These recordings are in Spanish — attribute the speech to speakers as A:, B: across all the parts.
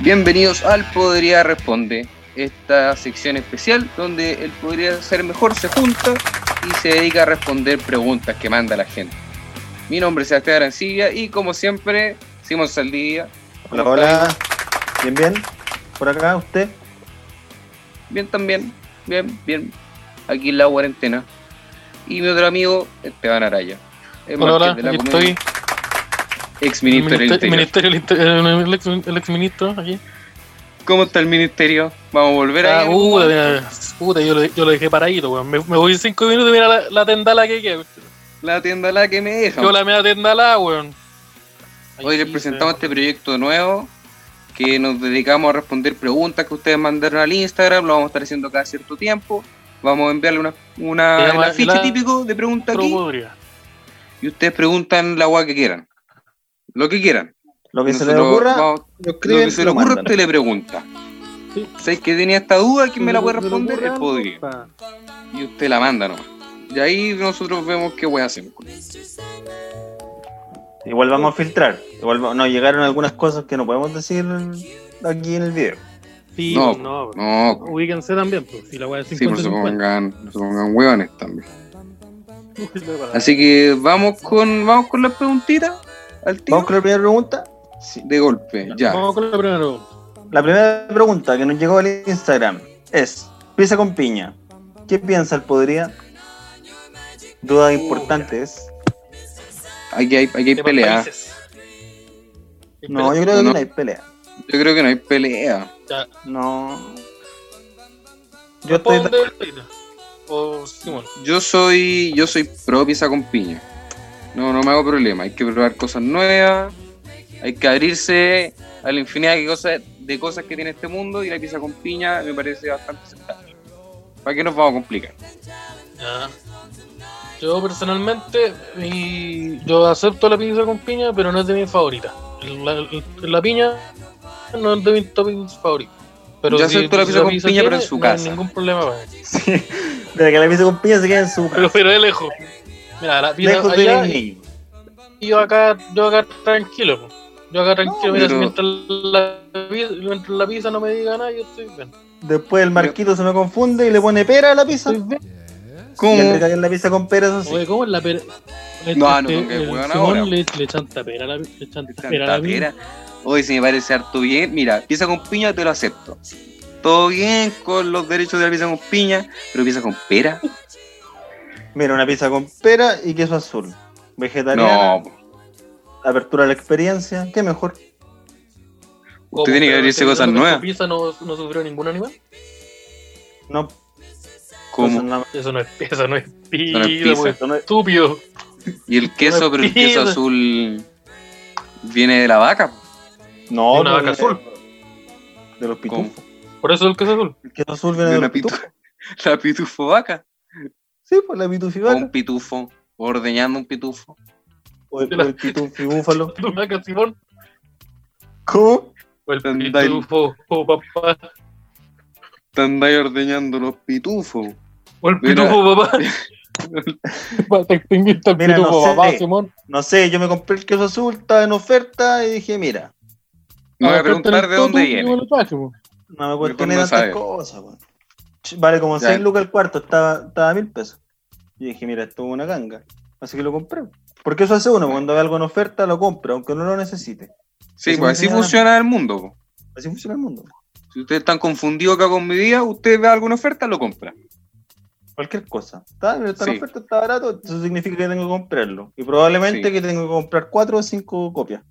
A: Bienvenidos al Podría Responde, esta sección especial donde el Podría Ser Mejor se junta y se dedica a responder preguntas que manda la gente. Mi nombre es Sebastián Arancilla y como siempre, Simón Saldivia.
B: Hola, hola. Bien, bien. Por acá, usted.
A: Bien también, bien, bien. Aquí en la cuarentena. Y mi otro amigo, Esteban Araya. el
C: Hola, hola,
A: Marqués de la
C: aquí
A: Comedia,
C: estoy.
A: Ex
C: El
A: ministro del Interior.
C: ministerio, ministerio del Interior, el, ex, el exministro aquí.
A: ¿Cómo está el ministerio? Vamos a volver a
C: Ah, puta, mira, puta, yo, lo, yo lo dejé paradito, weón. Me, me voy cinco minutos y mira la, la tendala que queda.
A: la tienda la que me deja.
C: Yo la media tendala, weón. Ahí
A: Hoy les
C: sí,
A: presentamos este proyecto nuevo que nos dedicamos a responder preguntas que ustedes mandaron al Instagram, lo vamos a estar haciendo cada cierto tiempo. Vamos a enviarle una,
C: Se
A: una
C: llama
A: el afiche
C: la-
A: típico de pregunta
C: se-
A: aquí
C: podría.
A: y ustedes preguntan la agua que quieran. Lo que quieran.
B: Lo que se le
A: Nosotros
B: ocurra,
A: vamos-
B: lo
A: lo
B: escriben
A: que se le ocurra
B: mandan.
A: usted le pregunta.
C: Sí.
A: ¿Sabes que tenía esta duda? ¿Quién me la puede
C: Se le ocurre
A: responder? El
C: algo,
A: podría.
C: pa.
A: Y usted la manda nomás. Y ahí nosotros vemos qué wea hacemos.
B: Igual vamos a filtrar. Igual va- nos llegaron algunas cosas que no podemos decir aquí en el video.
C: Sí,
A: No,
C: no, no, weón.
A: No,
C: Ubíquense también, pues, si la weá es
A: sí, pues se
C: 50-50.
A: pongan, se pongan hueones también. Así que vamos con vamos con las preguntitas al tiro
B: Vamos con la primera pregunta. Sí.
A: de golpe, ya.
C: Vamos con la primera pregunta.
B: La primera pregunta que nos llegó al Instagram es: pizza con piña. ¿Qué piensa el podría? Dudas importantes.
A: Aquí hay, aquí hay
C: Temas
A: pelea.
C: países.
B: No, yo creo que
A: No.
B: no hay pelea.
A: Yo creo que no hay pelea.
B: No. Yo estoy.
C: Responde el Peina. O Simón.
A: Yo soy yo soy pro pizza con piña. No, no me hago problema. Hay que probar cosas nuevas. Hay que abrirse a la infinidad de cosas, de cosas que tiene este mundo y la pizza con piña me parece bastante aceptable. ¿Para qué nos vamos a complicar?
C: Ya. Yo personalmente, y yo acepto la pizza con piña, pero no es de mis favoritas. La, la- la piña no es de mis toppings favoritos. Pero
A: Yo acepto la pizza con piña, pero en su
C: no hay
A: casa.
C: ningún problema para mí.
B: Sí. Desde que la pizza con piña se queda en su.
C: Pero, pero de lejos. Mira, la pizza
B: Lejos de
C: allá
B: los
C: y
B: niños.
C: yo acá, yo acá tranquilo. po. Yo acá tranquilo, mira,
A: pero-
C: mientras, la, pi- mientras la pizza no me diga nada, yo estoy bien.
B: Después el marquito se me confunde y le pone pera a la pizza.
C: Estoy bien.
B: Y él le
A: ¿Cómo?
B: cae en la pizza con pera, eso sí.
C: Oye, ¿cómo es la pera?
A: No, no,
C: Este,
A: no, que
C: el
A: weón
C: Simón
A: ahora.
C: Le, le chanta pera a la, le chanta pera a la
A: Tanta pera. Hoy se me parece harto bien. Mira, pizza con piña te lo acepto. Todo bien con los derechos de la pizza con piña, pero pizza con pera.
B: Mira, una pizza con pera y queso azul. Vegetariana,
A: No, po.
B: apertura a la experiencia, qué mejor.
C: ¿Cómo?
A: tiene que
C: ¿Pero
A: abrirse
C: estoy
A: cosas
C: hablando que
A: nuevas.
C: su pizza no, no sufrió ningún animal?
B: No,
A: ¿cómo?
B: entonces nada más.
C: Eso no es pizza, no es pizza,
A: No es pizza.
C: pues,
B: Esto no es-
C: estúpido.
A: Y el queso, pero el queso
C: Pizza.
A: azul viene de la vaca. po.
B: No,
C: De una
B: no,
C: vaca
B: de-
C: azul.
B: De los pitufos.
C: Por eso el queso azul.
B: El queso azul viene
A: De
B: de,
A: una
B: los pitufos.
A: pitu- La pitufo vaca.
B: Sí, pues la
A: O
B: pitufibaca.
A: un pitufo. o Ordeñando un pitufo.
B: O el,
C: la-
B: o el pitufibúfalo.
C: Tu vaca, Simón.
B: ¿Cómo?
C: O el
A: Tendai.
C: pitufo, o papá.
A: Te andáis ordeñando los pitufos.
C: O el
A: Mira.
C: pitufo, papá. Pa- Te extinguiste el
B: Mira, no
C: pitufo,
B: sé.
C: papá, Simón.
B: No sé, yo me compré el queso azul, estaba en oferta y dije, mira,
A: No voy a
C: Ahora
A: preguntar
C: está
A: de
C: Ah, el
A: dónde
C: totu, yo
A: viene.
C: lo traje, po.
B: no me
A: Mejor
B: cuestioné
A: no
B: tantas
A: sabe.
B: cosas. weón. Ch- Vale como
A: Ya.
B: 6 lucas el cuarto, estaba, estaba a mil pesos. Y dije, mira, esto es una ganga. Así que lo compré. Porque eso hace uno, pues, cuando ve algo en oferta lo compra, aunque no lo necesite.
A: Sí,
B: Eso
A: pues
B: me
A: así
B: suena.
A: funciona el mundo. po.
B: Así funciona el mundo. pues.
A: Si ustedes están confundidos acá con mi vida, usted ve alguna oferta, lo compra.
B: Cualquier cosa. Está, pero está en
A: Sí.
B: oferta, está barato, eso significa que tengo que comprarlo. Y probablemente
A: Sí.
B: que tengo que comprar cuatro o cinco copias.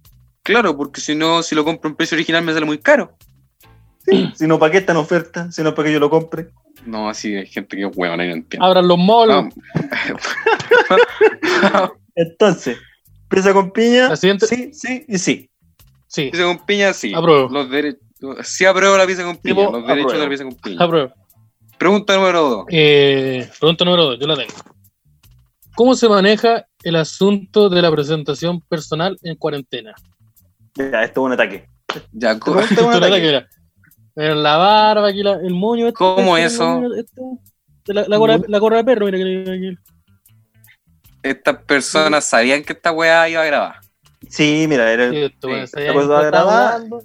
A: Claro, porque si no, si lo compro en precio original me sale muy caro.
B: Sí. si no, ¿para qué está en oferta? Si no, ¿para que yo lo compre?
A: No, así hay gente que es huevona y no entiende.
C: Abran los molos.
A: Vamos. Vamos.
B: Entonces, pizza con piña,
C: La siguiente-
B: sí, sí y sí.
C: Sí,
A: Pizza con piña, sí.
C: Apruebo.
A: Los dere- Sí apruebo la pizza con piña.
C: Tipo,
A: los derechos de la
B: apruebo.
A: pizza con piña.
C: apruebo.
A: Pregunta número dos.
C: Ah, Eh, pregunta número dos, yo la tengo. ¿Cómo se maneja el asunto de la presentación personal en cuarentena?
B: Ya, esto es un ataque.
A: Ya,
B: Te
A: co-
B: pregunto un
C: Esto es la
B: ataque.
C: que era. Era la barba, aquí la- el moño. este-
A: ¿Cómo
C: este-
A: eso?
C: este-
D: La, la, gorra, la gorra de perro, mira que le- que-
A: Estas personas sabían que esta weá iba a grabar.
B: Sí, mira, era
C: Sí, tú,
A: Sí,
C: esa
B: la
C: ya
B: cosa
C: está
B: grabada.
C: hablando.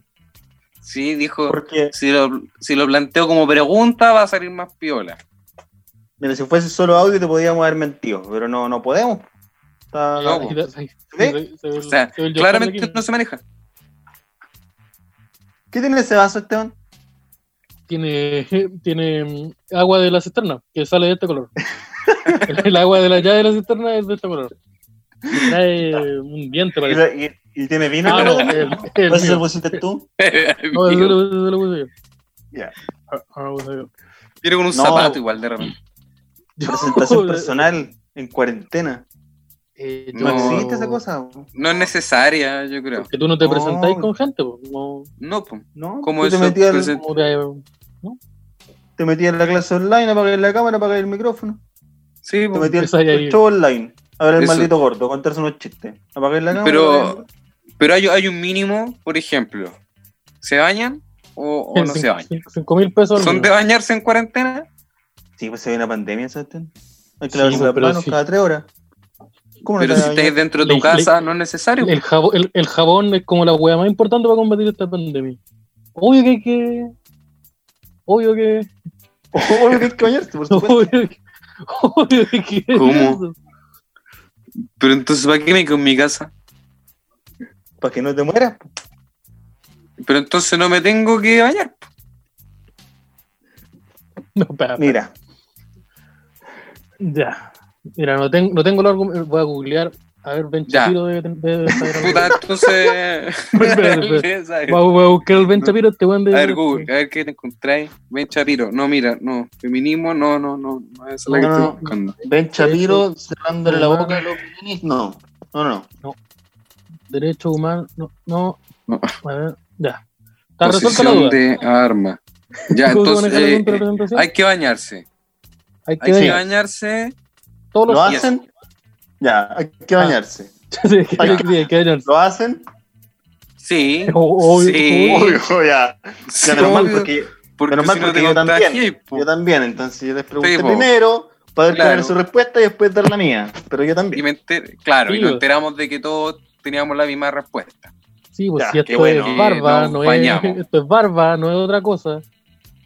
A: Sí, dijo,
B: porque,
A: si lo, si lo planteo como pregunta va a salir más piola.
B: mira, si fuese solo audio te podíamos haber mentido, pero no, no podemos. Está-
A: No,
C: Ahí está, ahí.
B: ¿Sí?
C: Se- se ve
A: O
C: el-
A: sea,
C: se ve el Johan
A: claramente
C: aquí.
A: no se maneja.
B: ¿Qué tiene ese vaso, Esteban?
C: tiene, tiene mm, agua de la cisterna, que sale de este color. el agua de la llave de la cisterna es de este color. Y Trae un diente
B: ¿Y,
C: para que...
B: y- y tiene vino?
C: Ah, no, el, el
B: ¿Por eso se lo
C: mío.
B: pusiste tú?
C: No, ese lo- ese lo puse yo.
B: Ya.
C: Ah, ah, lo puse yo.
A: Tiene con un
B: No.
A: zapato igual de repente.
B: Presentación personal en cuarentena.
C: Eh, yo-
B: No,
A: No.
B: existe esa cosa. bo.
A: No es necesaria, yo creo.
C: Que tú no te
B: No.
C: presentáis con gente, po. no,
A: No, po.
B: ¿No?
A: ¿Cómo
B: Tú te
A: eso
B: metías, al-
A: presenta?
C: como eh, te-
B: te metías en la clase online, apagar la cámara, apagar el micrófono.
A: Sí, po.
B: Te metías
C: Esa
B: en
C: ya
B: el
C: ahí.
B: show online. A ver el
A: Eso.
B: maldito gordo, contarse unos chistes. Apagar la cámara.
A: Pero- Pero hay, hay un mínimo, por ejemplo. ¿Se bañan o, o no se bañan?
C: cinco- cinco mil pesos. al
A: ¿Son de
C: mes.
A: bañarse en cuarentena?
B: Sí, pues se ve una pandemia, Sebastián. Hay que
C: Sí,
B: lavarse las
C: pero
B: manos
C: sí.
B: cada tres horas. ¿Cómo
A: Pero si
B: te vas a bañar?
A: estáis dentro de tu
C: Le-
A: casa, no es necesario. po.
C: el, jabón, el, el jabón es como la hueá más importante para combatir esta pandemia. Obvio que hay que... Obvio que...
B: Obvio que hay Oh, que bañarse, por supuesto.
C: Obvio que- obvio que es
A: ¿Cómo?
C: eso.
A: Pero entonces, ¿para qué me quedo en mi casa?
B: Para que no te mueras. po.
A: Pero entonces no me tengo que bañar. po.
C: No, espera,
B: Mira,
C: ya. Mira, no tengo, no tengo el argumento. Voy a googlear. A ver, Benchapiro debe, ten- debe saber algo.
A: Puta, entonces.
C: Espera, espera. Voy a- voy a buscar el Ben Shapiro, este weón
A: A
C: de.
A: ver, Google, a ver qué te encontráis. Ven, Chapiro. No, mira, no. Feminismo, no, no, no. no esa es la que
B: No, no,
A: estoy
B: no.
A: buscando.
B: Ben Shapiro cerrándole la
C: Humano.
B: boca a los ninis. No, no, no.
C: Derecho humano. No, no.
A: No.
C: A ver, ya. Está resuelta la
A: Posición
C: duda.
A: de arma. Ya,
C: ¿Cómo se
A: entonces.
C: maneja la
A: eh, eh,
C: contrarrepresentación?
A: hay que bañarse.
C: Hay
A: Hay
C: que
A: que
C: ver
A: bañarse.
C: todos
B: ¿Lo
C: los.
A: días.
B: hacen? Ya, hay que
C: Ah.
B: bañarse.
C: Sí, hay que-
B: hay
C: hay que Oh, bañarse.
B: ¿Lo hacen?
A: Sí.
C: O- obvio,
A: sí.
C: obvio.
B: Obvio, ya.
A: sí,
B: Ya, menos mal,
A: obvio,
B: porque
A: porque
B: menos mal
A: si pues, no
B: porque
A: te
B: yo también.
A: contagias, po.
B: yo también. Entonces yo les pregunté
A: Sí, po.
B: primero para ver cuál
A: Claro.
B: era su respuesta y después dar la mía. Pero yo
A: Y
B: también.
A: me enter- Claro,
C: Sí, pues.
A: y nos
C: bo.
A: enteramos de que todos teníamos la misma respuesta.
C: Sí, pues
B: Ya,
C: si
B: qué
C: esto
B: bueno.
C: es barba,
A: Nos
C: no es.
A: bañamos.
C: Esto es barba, no es otra cosa.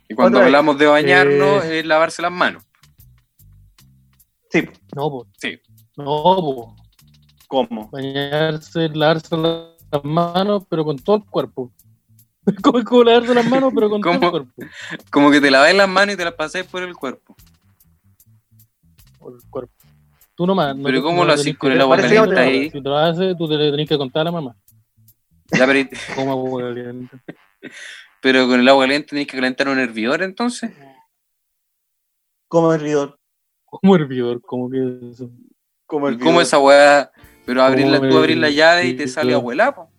A: Y cuando
B: Otra vez.
A: hablamos de bañarnos,
C: Eh.
A: es lavarse las manos.
B: Sí, po.
C: No, pues.
A: Sí.
C: No, pues.
B: ¿cómo?
C: bañarse, lavarse las manos, pero con todo el cuerpo. Como, como lavarse las manos, pero con todo
A: ¿Cómo?
C: el cuerpo.
A: Como que te laváis las manos y te las pasáis por el cuerpo.
C: Por el cuerpo. Tú nomás. no
A: Pero
C: te-
A: ¿cómo
C: no
A: lo
C: te
A: hacís
C: tenés
A: con
C: que-
A: el agua
C: parece que no te-
A: caliente ahí?
C: Si te lo haces, tú te le tenés que contar a la mamá. pues,
A: Ya, pero,
C: Como agua caliente.
A: pero con el agua caliente tenéis que calentar un hervidor entonces.
B: ¿Cómo el ridor?
C: Como hervidor, como que eso.
B: ¿Cómo
A: ¿Y ¿Cómo esa weá? Pero abrir la, tú abrís la llave y te sale abuela, po.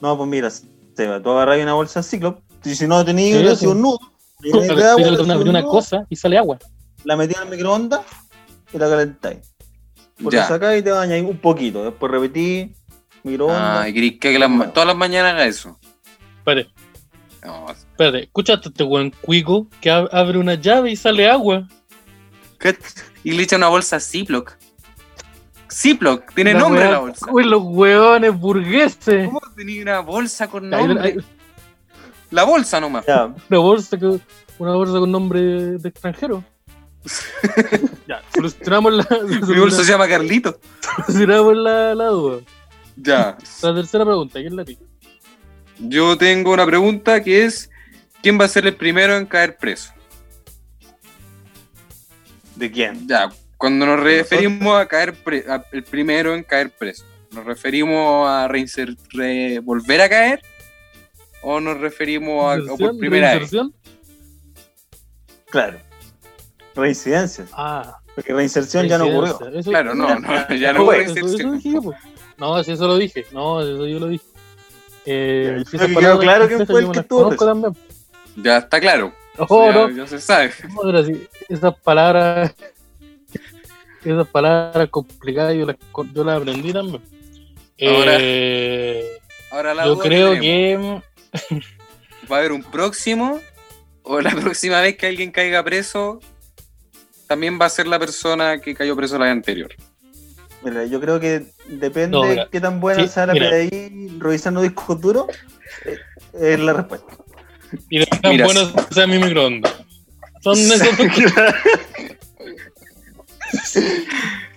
B: No, pues mira, Seba, tú agarras una bolsa de ciclo. Y si no tenías
C: Sí,
B: una,
C: sí.
B: hacías un nudo. y
C: Como
B: tenés
C: que
B: agua,
C: te
B: hacías
C: una,
B: un
C: una
B: nudo,
C: cosa y sale agua.
B: La metías al microondas y la calentáis. Por
A: Ya.
B: lo sacáis y te bañáis un poquito. Después repetí, microondas.
A: Ah, y querís que las ma- todas las mañanas haga eso.
C: Espérate,
A: No,
C: espérate. Escuchaste este buen cuico que ab- abre una llave y sale agua.
A: ¿qué? Y le echa una bolsa Ziploc. Ziploc, tiene
C: La
A: nombre
C: weá-
A: la bolsa.
C: Uy, los hueones burgueses.
A: ¿Cómo tenía una bolsa con
C: Ahí- ahí-
A: nombre? La bolsa nomás.
B: Ya,
C: Una bolsa, que, una bolsa con nombre de extranjero. ya, solucionamos la,
A: Mi bolsa se
C: solucionamos,
A: llama Carlito.
C: la, la duda.
A: Ya.
C: La tercera pregunta, ¿quién la pica?
A: Yo tengo una pregunta que es: ¿quién va a ser el primero en caer preso?
B: ¿De quién?
A: Ya, cuando nos referimos a caer pre- a- el primero en caer preso, ¿nos referimos a reinser- re- volver a caer? ¿O nos referimos a, a por
C: ¿Inserción?
A: primera E. vez?
C: ¿Reinserción?
B: Claro. Reincidencias.
C: Ah,
B: Porque reinserción ya no ocurrió.
C: reincidencia. Eso-
A: Claro, no, no, ya no
C: eso-
A: hubo
C: pues, eso- eso
A: reinserción.
C: dije yo, po. No, si eso lo dije. No, si eso yo lo dije.
B: Ya,
C: Eh,
B: yo
C: si
B: creo
C: esas
B: que quedó
C: palabras
B: claro quién
C: francesas
B: fue
C: yo
B: el
C: me
B: que
C: las
B: estuvo
C: conozco también.
A: Ya está claro.
C: Ojo,
A: ya,
C: Oh, no,
A: ya se sabe.
C: No, pero sí, esas palabras, esas palabras complicadas yo las, con- yo las aprendí también.
A: Ahora,
C: Eh,
A: Ahora la
C: yo
A: duda
C: creo
A: tenemos,
C: que
A: ¿Va a haber un próximo o la próxima vez que alguien caiga preso, también va a ser la persona que cayó preso la vez anterior.
B: Mira, yo creo que depende
C: No, mira,
B: qué tan buena
C: sí,
B: sea la
C: mira.
B: PDI revisando discos duros, eh, es la respuesta.
C: Y de tan
A: Mira,
C: bueno sea mi microondas. Son esos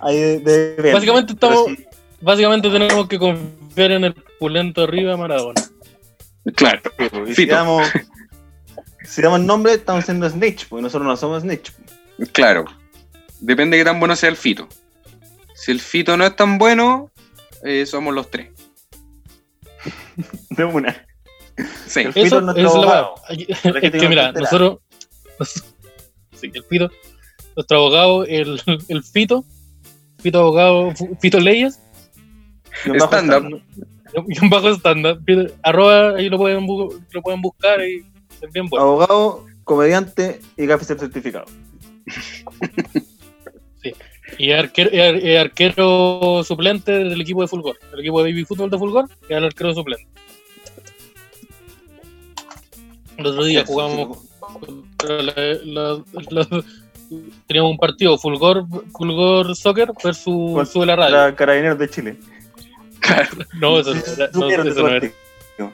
B: Ahí de- depende.
C: Básicamente estamos-
B: Pero sí,
C: Básicamente tenemos que confiar en el pulento arriba de Maradona.
A: Claro.
B: pues, y si,
A: Fito.
B: damos, si damos nombre, estamos siendo snitch, porque nosotros no somos snitch. pues,
A: Claro. Depende de qué tan bueno sea el fito. Si el fito no es tan bueno, eh, somos los tres.
B: De una.
A: Sí.
B: El Fito
C: Eso
B: no
C: es
B: está
C: la
B: abogado.
C: weá.
B: que
C: Es
B: tengo
C: que mira,
B: que
C: nosotros. Sí, el Fito, nuestro abogado, el, el Fito, Fito abogado, Fu- Fito Leyes,
B: Y un bajo
A: Stand-up.
B: stand-up.
C: y un bajo estándar. Fito- Arroba, ahí lo pueden, bu- lo pueden buscar y es bien
A: pues.
C: bueno.
B: Abogado, comediante y café certificado.
C: Y arquero, y ar- y arquero suplente del equipo de Fulgor. El equipo de Baby Fútbol de Fulgor y el arquero suplente. El otro día
B: Eso,
C: jugamos
B: sí,
C: contra la- la- la- teníamos un partido Fulgor Fulgor Soccer
B: Con
C: versus Sube la Radio.
B: La Carabineros de Chile.
C: No, eso,
B: Sí,
C: era- no,
B: supieron de
C: eso
B: su
C: no era.
B: artículo. Creo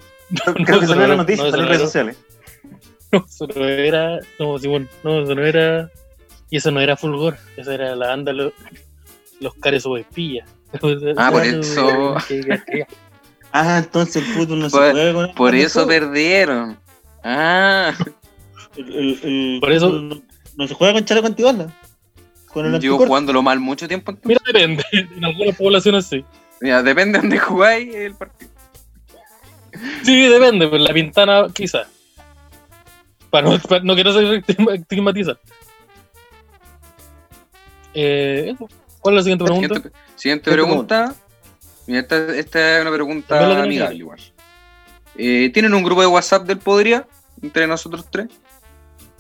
C: no,
B: que
C: eso
B: salió en
C: no
B: la
C: era-
B: noticia,
C: no, eso
B: salió en
C: no
B: redes
C: era.
B: sociales.
C: No, eso no era. No, Simón, no, eso no era. Y eso no era Fulgor, esa era la banda Los, los Cares Oespilla.
A: Ah, por eso.
B: Ah, entonces el fútbol no
A: Por-
B: se juega con
A: Por
B: con
A: eso
B: todo.
A: perdieron. Ah,
B: El- el- el
C: Por eso-
B: fútbol no, no se juega con chaleco antibala. Con el
A: llevo
B: anticuerpo.
A: jugándolo mal mucho tiempo. entonces.
C: Mira, depende. En algunas poblaciones sí.
A: Mira, depende de dónde jugáis el partido.
C: Sí, depende, pero la pintana quizás. Para no, para- no quiero ser estigma- estigmatizar. Eh, eso. ¿Cuál es la siguiente pregunta?
A: Siguiente, siguiente
B: Siguiente
A: pregunta. Mira, esta, esta es una
C: También la
A: pregunta
C: tenés
A: amigable
C: ahí.
A: igual. Eh, ¿Tienen un grupo de WhatsApp del Podría? Entre nosotros tres.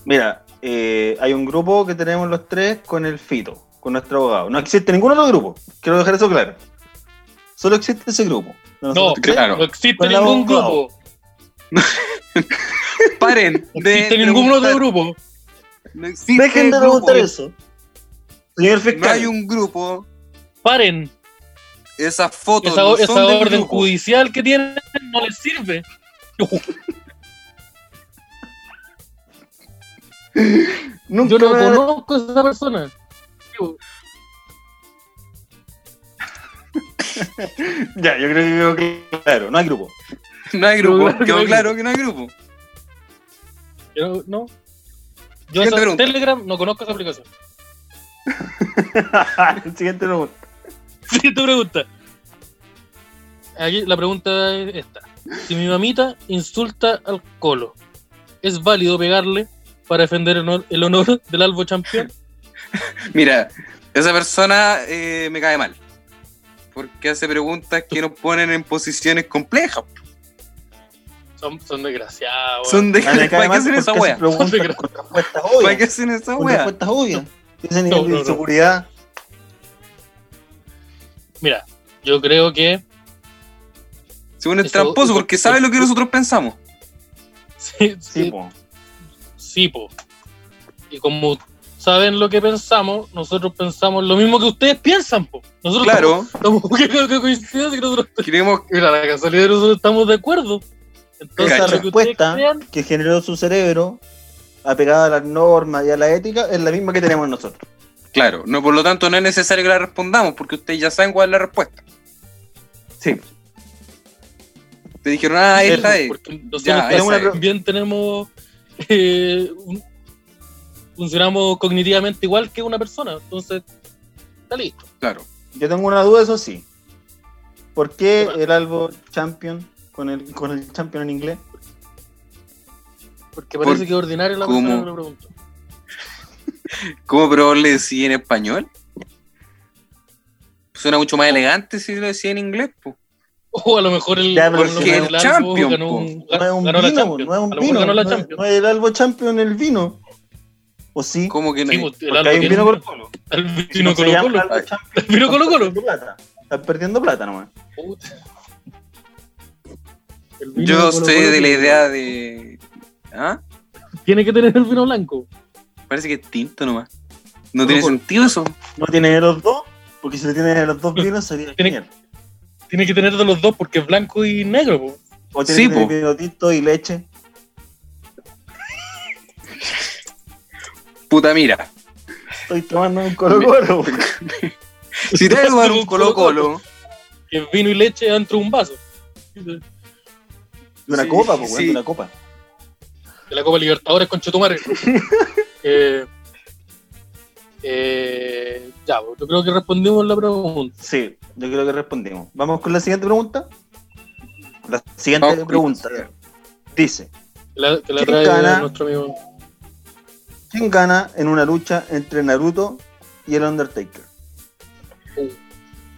B: Mira, eh, hay un grupo que tenemos los tres con el Fito, con nuestro abogado. No existe ningún otro grupo. Quiero dejar eso claro. Solo existe ese grupo.
C: No,
B: Nosotros tres.
A: claro.
C: no existe
B: Con la
C: ningún
B: boca.
C: grupo.
A: Paren.
C: No existe
A: de
C: ningún
A: preguntar.
C: otro grupo.
A: No existe
B: Dejen de
A: grupo.
B: preguntar eso. Señor
A: No
B: fiscal,
A: hay un grupo.
C: Paren.
A: Esas fotos
C: Esa,
A: no
C: esa
A: son del
C: orden
A: grupo.
C: judicial que tienen no les sirve.
B: nunca
C: Yo no
B: me van a-
C: conozco a esa persona.
B: Ya, yo creo que quedó claro. No hay grupo.
A: No hay grupo.
C: No, no
A: Quedó
C: hay
A: claro que no hay grupo.
C: Yo no- no. Yo
A: Siguiente
C: esa-
A: pregunta.
C: Telegram no conozco esa aplicación.
B: Siguiente pregunta.
C: Siguiente pregunta. Aquí la pregunta es esta. Si mi mamita insulta al colo, ¿es válido pegarle para defender el honor, el honor del albo campeón?
A: Mira, esa persona eh, me cae mal. Porque hace preguntas que nos ponen en posiciones complejas.
C: Pues, Son, son desgraciados.
A: Son de...
B: A mí me
A: ¿Para
B: cae
A: qué
B: mal
A: hacen esa
B: porque
A: wea?
B: hacen preguntas
C: Ponte que-
B: con respuestas
A: ¿Para qué
B: obvias.
A: hacen esa
B: Con
A: wea?
B: respuestas obvias. Ese nivel
C: No, no,
B: de
C: no.
B: inseguridad.
C: Mira, yo creo que
A: Según es
C: Eso-
A: tramposo,
C: eso-
A: porque sabe lo que nosotros pensamos.
C: sí,
B: Sí,
C: sí,
B: po.
C: sí, po. Y como saben lo que pensamos, nosotros pensamos lo mismo que ustedes piensan, po. Nosotros
A: Claro,
C: estamos, estamos- qué- qué coincidencia que nosotros
A: queremos.
C: Mira, la casualidad de nosotros estamos de acuerdo. Entonces,
B: Esa
A: Cacho.
C: lo que ustedes
B: respuesta
C: crean,
B: que generó su cerebro, apegada a las normas y a la ética, es la misma que tenemos nosotros.
A: Claro, no, por lo tanto no es necesario que la respondamos, porque ustedes ya saben cuál es la respuesta.
B: Sí.
A: Te dijeron, ah, ahí
C: Eso,
A: está. eh.
C: Porque nosotros
A: Ya,
B: tengo una
A: esa es.
C: también tenemos. eh, un- funcionamos cognitivamente igual que una persona. Entonces, está listo.
A: Claro.
B: Yo tengo una duda, eso sí. ¿Por qué
C: Bueno.
B: el Albo Champion, con el, con el Champion en inglés?
C: Porque parece
A: Por-
C: que es ordinario la
A: ¿cómo?
C: persona que lo preguntó.
A: ¿Cómo pero le decía en español? Suena mucho más elegante si lo decía en inglés, po.
C: O a lo mejor el,
B: Ya,
C: a lo
B: pero
C: mejor
B: si
A: es
C: Albo
A: champion,
C: ganó,
A: po.
C: un-
B: No es un
C: ganó la
B: vino,
C: Champions.
B: no es
C: a
B: un
C: lo mejor
B: vino.
C: ganó
B: No
C: la
B: es,
C: Champions.
B: no es el Albo Champion el vino. ¿O sí?
A: ¿Cómo que no?
C: Sí, pues, po, el
B: Porque
C: Albo
B: hay un
C: tiene-
B: vino Colo Colo.
C: el
B: Si
C: vino
B: no se llama
C: Colo-Colo.
B: Albo Champion,
C: El vino
B: están
C: Colo-Colo.
B: perdiendo plata. Están perdiendo plata nomás.
C: El vino
A: Yo
C: Colo-Colo
A: soy de la
C: que-
A: idea de. ¿Ah?
D: Tiene que tener el vino blanco.
A: Parece que es tinto nomás. No tiene
B: por-
A: sentido eso.
B: No tiene de los dos, porque si le tienes de los dos vinos sería
C: Tiene-
B: genial.
C: Tiene que tener de los dos porque es blanco y negro, po.
B: O
A: Sí,
B: tiene que tener
A: po.
B: vino tinto y leche.
A: Puta, mira.
B: Estoy tomando un colo colo.
A: Si te vas a tomar un colo-colo.
C: Que es vino y leche dentro de un vaso. De
B: De una
A: Sí,
B: copa, po, weón,
A: sí.
B: de una copa.
C: la Copa Libertadores con Chetumare. eh, eh, ya, po, yo creo que respondimos la pregunta.
B: Sí, yo creo que respondimos. Vamos con la siguiente pregunta. La siguiente
A: Vamos con la
B: pregunta dice:
C: Que la, que la
B: ¿Quién
C: trae
B: gana?
C: nuestro amigo.
B: ¿Quién gana en una lucha entre Naruto y el Undertaker?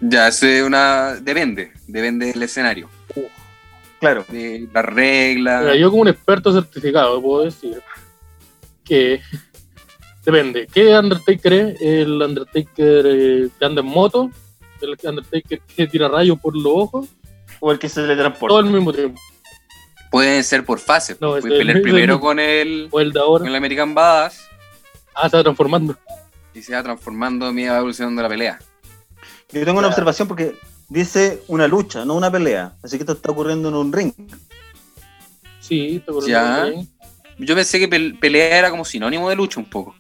A: Ya, eso es una. Depende. Depende del escenario.
B: Claro,
A: De las reglas.
C: Mira, yo como un experto certificado puedo decir que depende. ¿Qué Undertaker es? ¿El Undertaker eh, que anda en moto? ¿El Undertaker que tira rayos por los ojos?
B: o el que se le
C: Todo
B: transporta.
C: al mismo tiempo.
A: Pueden ser por fases.
C: No,
A: Puedes
C: ese-
A: pelear
C: ese-
A: primero con el,
C: O el de
A: con
C: ahora.
A: el American Badass
C: Ah, se va transformando.
A: y se va transformando a medida va evolucionando la pelea.
B: Yo tengo una observación porque dice una lucha, no una pelea. Así que esto está ocurriendo en un ring.
C: Sí, te acuerdas
A: Ya.
C: de-
A: Yo pensé que pel- pelea era como sinónimo de lucha un poco.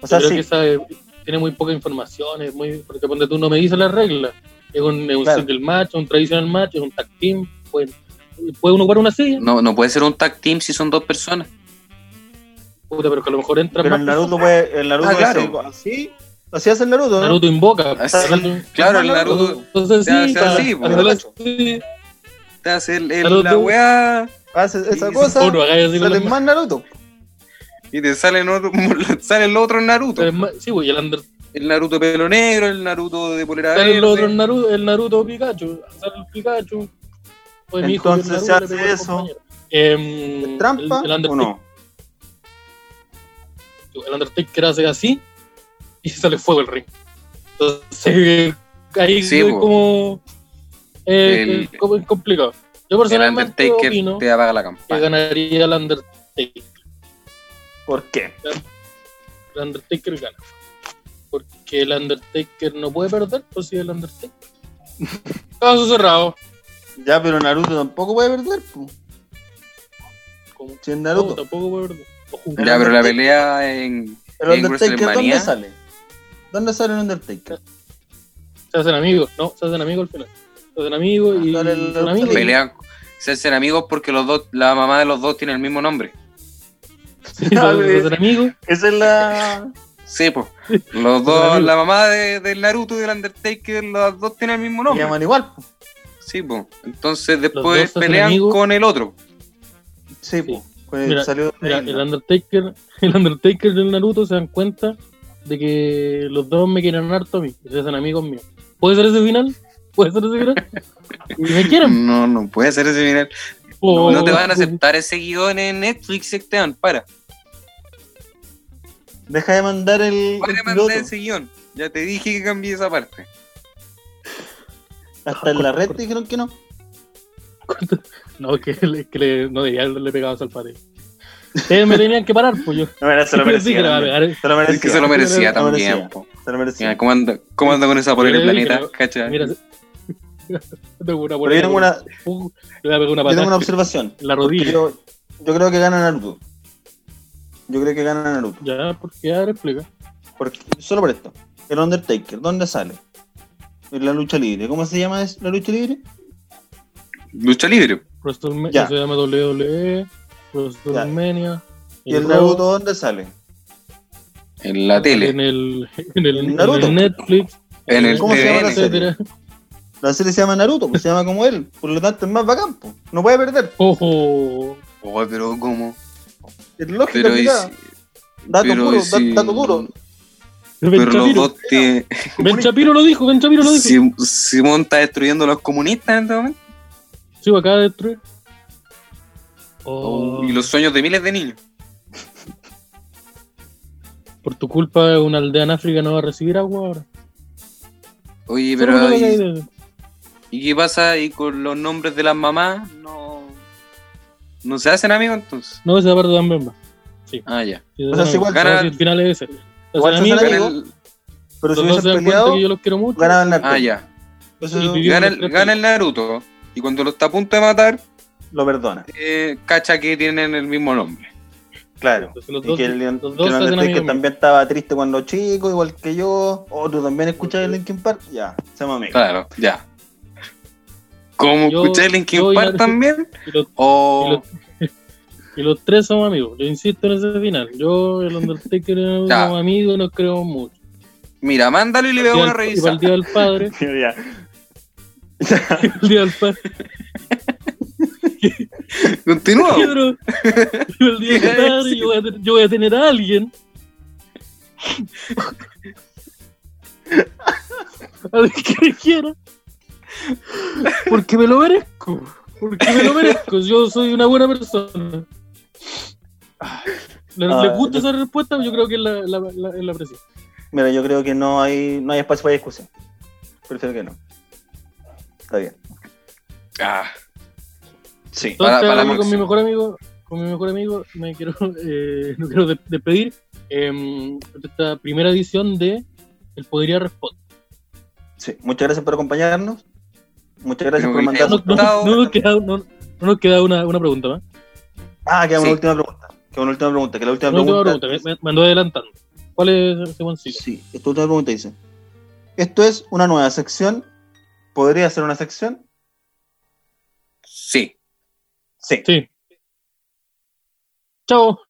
B: O sea,
C: Yo creo
B: sí,
C: que esa, eh, tiene muy poca información, es muy, porque ponte tú no me dices las reglas. Es un, es un
B: Claro.
C: single match, un traditional match, es un tag team. Puede, puede uno jugar una silla,
A: No, no puede ser un tag team si son dos personas.
C: puta, pero que a lo mejor entra
B: pero el Naruto puede. El Naruto
A: Ah, claro.
B: hace así. Así hace el Naruto, ¿no?
C: Naruto
B: Ah,
C: invoca. pues,
A: Así,
C: Naruto-
A: Claro, el
B: Claro.
A: Naruto
C: Entonces
A: Ya,
C: sí,
A: o sea,
C: para-
A: sí,
C: para
B: pues,
C: la- sí.
A: te hace el- el-
C: Naruto.
A: la weá
B: Hace esa
A: Sí,
B: cosa.
C: O no hagáis así con
B: Sale
C: las manos.
B: más Naruto.
A: y te salen otro, sale el otro Naruto.
C: Salen más- Sí, güey, el, Under-
A: El Naruto pelo negro, el Naruto de polera
C: sale el otro
A: verde.
C: Naruto, el Naruto Pikachu. Sale el Pikachu. Fue mi hijo,
B: Entonces,
C: el
B: ¿se
C: Naruto,
B: hace
C: le pegó al
B: eso?
C: compañero. Em,
B: ¿Trampa
C: el, el Undertaker-
B: o no?
C: el Undertaker hace así y sale fuego el ring. Entonces, ahí
A: Sí,
C: es
A: po.
C: como, eh,
A: El-
C: como es complicado. Yo
A: El
C: personalmente
A: Undertaker
C: opino
A: te apaga la
C: que
A: campana.
C: ganaría el Undertaker.
B: ¿Por qué?
C: El Undertaker gana. Porque el Undertaker no puede perder, pues si el Undertaker. Caso cerrado.
B: Ya, pero Naruto tampoco puede perder. po.
C: Como-
B: Si es
C: no,
B: Naruto.
C: tampoco puede perder. Ojo.
A: Ya, pero la pelea en.
B: ¿El
A: en
B: Undertaker dónde
A: WrestleMania.
B: sale? ¿Dónde sale el Undertaker?
C: Se hacen amigos, no, se hacen amigos al final. Se hacen amigos y
B: Dale,
C: se hacen
B: dale,
C: amigos y-
B: dale.
A: Pelean, se hacen amigos porque los dos, la mamá de los dos tiene el mismo nombre.
C: sí, se hacen amigos.
B: Esa es la.
A: Sí, pues. Los dos, la mamá de, del Naruto y del Undertaker, los dos tienen el mismo
B: Se
A: nombre.
B: llaman igual. po.
A: Sí, pues. Entonces
C: Los dos
A: después
C: se hacen
A: pelean
C: amigos.
A: con el otro.
B: Sí, po. Pues
C: Mira,
B: salió.
C: Mira, el Undertaker, el Undertaker y el Naruto se dan cuenta de que los dos me quieren harto a mí, y se hacen amigos míos. ¿Puede ser ese final? ¿Puede ser ese final? Y me quieren.
A: No, no puede ser ese final.
C: po.
A: No te van a aceptar ese guión en Netflix, Esteban. Para.
B: Deja de mandar el.
A: Para
B: el
A: de
B: piloto.
A: mandar ese guión. Ya te dije que cambié esa parte.
B: Hasta en la red dijeron que no.
C: No, que, le- que le, no debía haberle pegado al padre. Ustedes me tenían que parar, pues yo.
B: No, era, se
C: yo les dije que le va a pegar.
B: Se lo merecía.
A: Es que se lo merecía
B: Se lo merecía.
A: también, po.
B: Se lo merecía.
A: Mira, ¿cómo anda, cómo anda con esa polera
C: Yo
A: el
C: le dije,
A: planeta?
C: pero-
A: ¿Cachai?
C: Mira, tengo una
B: Pero yo tengo una, yo
C: Uh, le voy a pegar una
B: tengo
C: patada
B: una observación.
C: en la rodilla.
B: Yo, yo creo que gana Naruto. Yo creo que gana Naruto.
C: Ya, porque ahora explica.
B: Porque, solo por esto. El Undertaker, ¿dónde sale? En la lucha libre. ¿Cómo se llama es- la lucha libre?
A: Lucha libre.
C: WrestleMania,
B: Ya.
C: se llama WWE, WrestleMania.
B: ¿Y el
C: Raw,
B: Naruto dónde sale?
A: En la tele.
C: En el, en el,
B: ¿En Naruto?
C: en el Netflix.
A: En el
B: ¿Cómo se llama la
A: TVN.
B: serie?
C: etcétera.
B: La serie se llama Naruto, pues se llama como él. Por lo tanto es más bacán, po. No puede perder.
C: Ojo.
A: Oh, pero ¿cómo?
B: Es lógica.
A: Pero, y
B: aplicada.
A: si-
B: dato
A: pero
B: puro,
A: y si-
B: da- dato duro.
C: Ben
A: pero los
C: Shapiro.
A: dos tienen.
C: Ben Shapiro lo dijo, Ben Shapiro lo dijo.
A: Sim- Simón está destruyendo a los comunistas en este momento.
C: Sí, acaba de destruir. Oh,
A: Y los sueños de miles de niños.
C: Por tu culpa, una aldea en África no va a recibir agua ahora.
A: Oye,
C: Solo
A: pero.
C: una
A: ¿y,
C: idea.
A: y qué pasa? ¿Y con los nombres de las mamás? No. ¿No se hacen amigos entonces?
C: No, esa parte también va.
A: Ah, ya.
C: Sí,
B: O sea, si igual-
C: ganan-
A: ganan-
C: el final es ese. O
B: Igual se
C: sea, a mí,
B: hacen
A: Gana
B: amigos,
A: el-
B: Pero si
C: los dos
B: hubiesen
C: se dan cuenta
B: peleado,
C: que yo los quiero mucho.
B: ganaban la
A: Ah, ya.
B: Eso
C: Y vivieron
A: Gana
C: los
A: el,
C: tres
A: gana el Naruto. Y cuando lo está a punto de matar,
B: lo perdona.
A: eh, cacha que tienen el mismo nombre.
B: Claro.
C: Entonces, los
B: Y
C: dos-
B: que el,
C: los
B: que
C: dos
B: el
C: se hacen
B: Undertaker
C: amigos míos.
B: también estaba triste cuando chico, igual que yo. O tú también escuchas el Linkin Park. Ya, seamos amigos.
A: Claro, ya. Como
C: Yo-
A: escuché Linkin
C: yo y
A: Park
C: Naruto-
A: también.
C: y los- y
A: O.
C: los- Y los tres somos amigos, yo insisto en ese final. Yo, el Undertaker, somos
A: Ya.
C: amigos, nos creemos mucho.
A: Mira, mándalo y le veo
C: Y
A: una
C: al- y para
A: revisa.
C: el Día del Padre,
B: Ya.
C: el Día del Padre,
A: Continúa.
C: yo, bro, yo el Día del Padre, yo voy, a, ten- yo voy a tener a alguien. A ver que quiera. Porque me lo merezco. Porque me lo merezco. Yo soy una buena persona. ¿Le,
B: Ah,
C: le
B: yo-
C: gusta esa respuesta? Yo creo que es la, la, la, es la precisa.
B: Mira, yo creo que no hay, no hay espacio para discusión. Prefiero que no. Está bien.
A: Ah. Sí, para,
C: Entonces,
A: para la
C: yo con mi
A: próxima.
C: mejor amigo, con mi mejor amigo, me quiero, eh, me quiero de- despedir em, de esta primera edición de El Podría Responder.
B: Sí. Muchas gracias por acompañarnos. Muchas gracias
A: Creo
B: por
A: que ya
B: mandar.
C: No, no-
A: Gustavo.
C: no nos queda, no- no nos queda una, una pregunta más.
B: Ah, queda una
A: Sí.
B: última pregunta. Queda una última pregunta. Que la última
C: Una última
B: pregunta.
C: pregunta, me, me- me ando adelantando. ¿Cuál es Simón Silva?
B: Sí, esta última pregunta dice. Esto es una nueva sección. ¿Podría ser una sección?
A: Sí.
B: Sí.
C: Chao.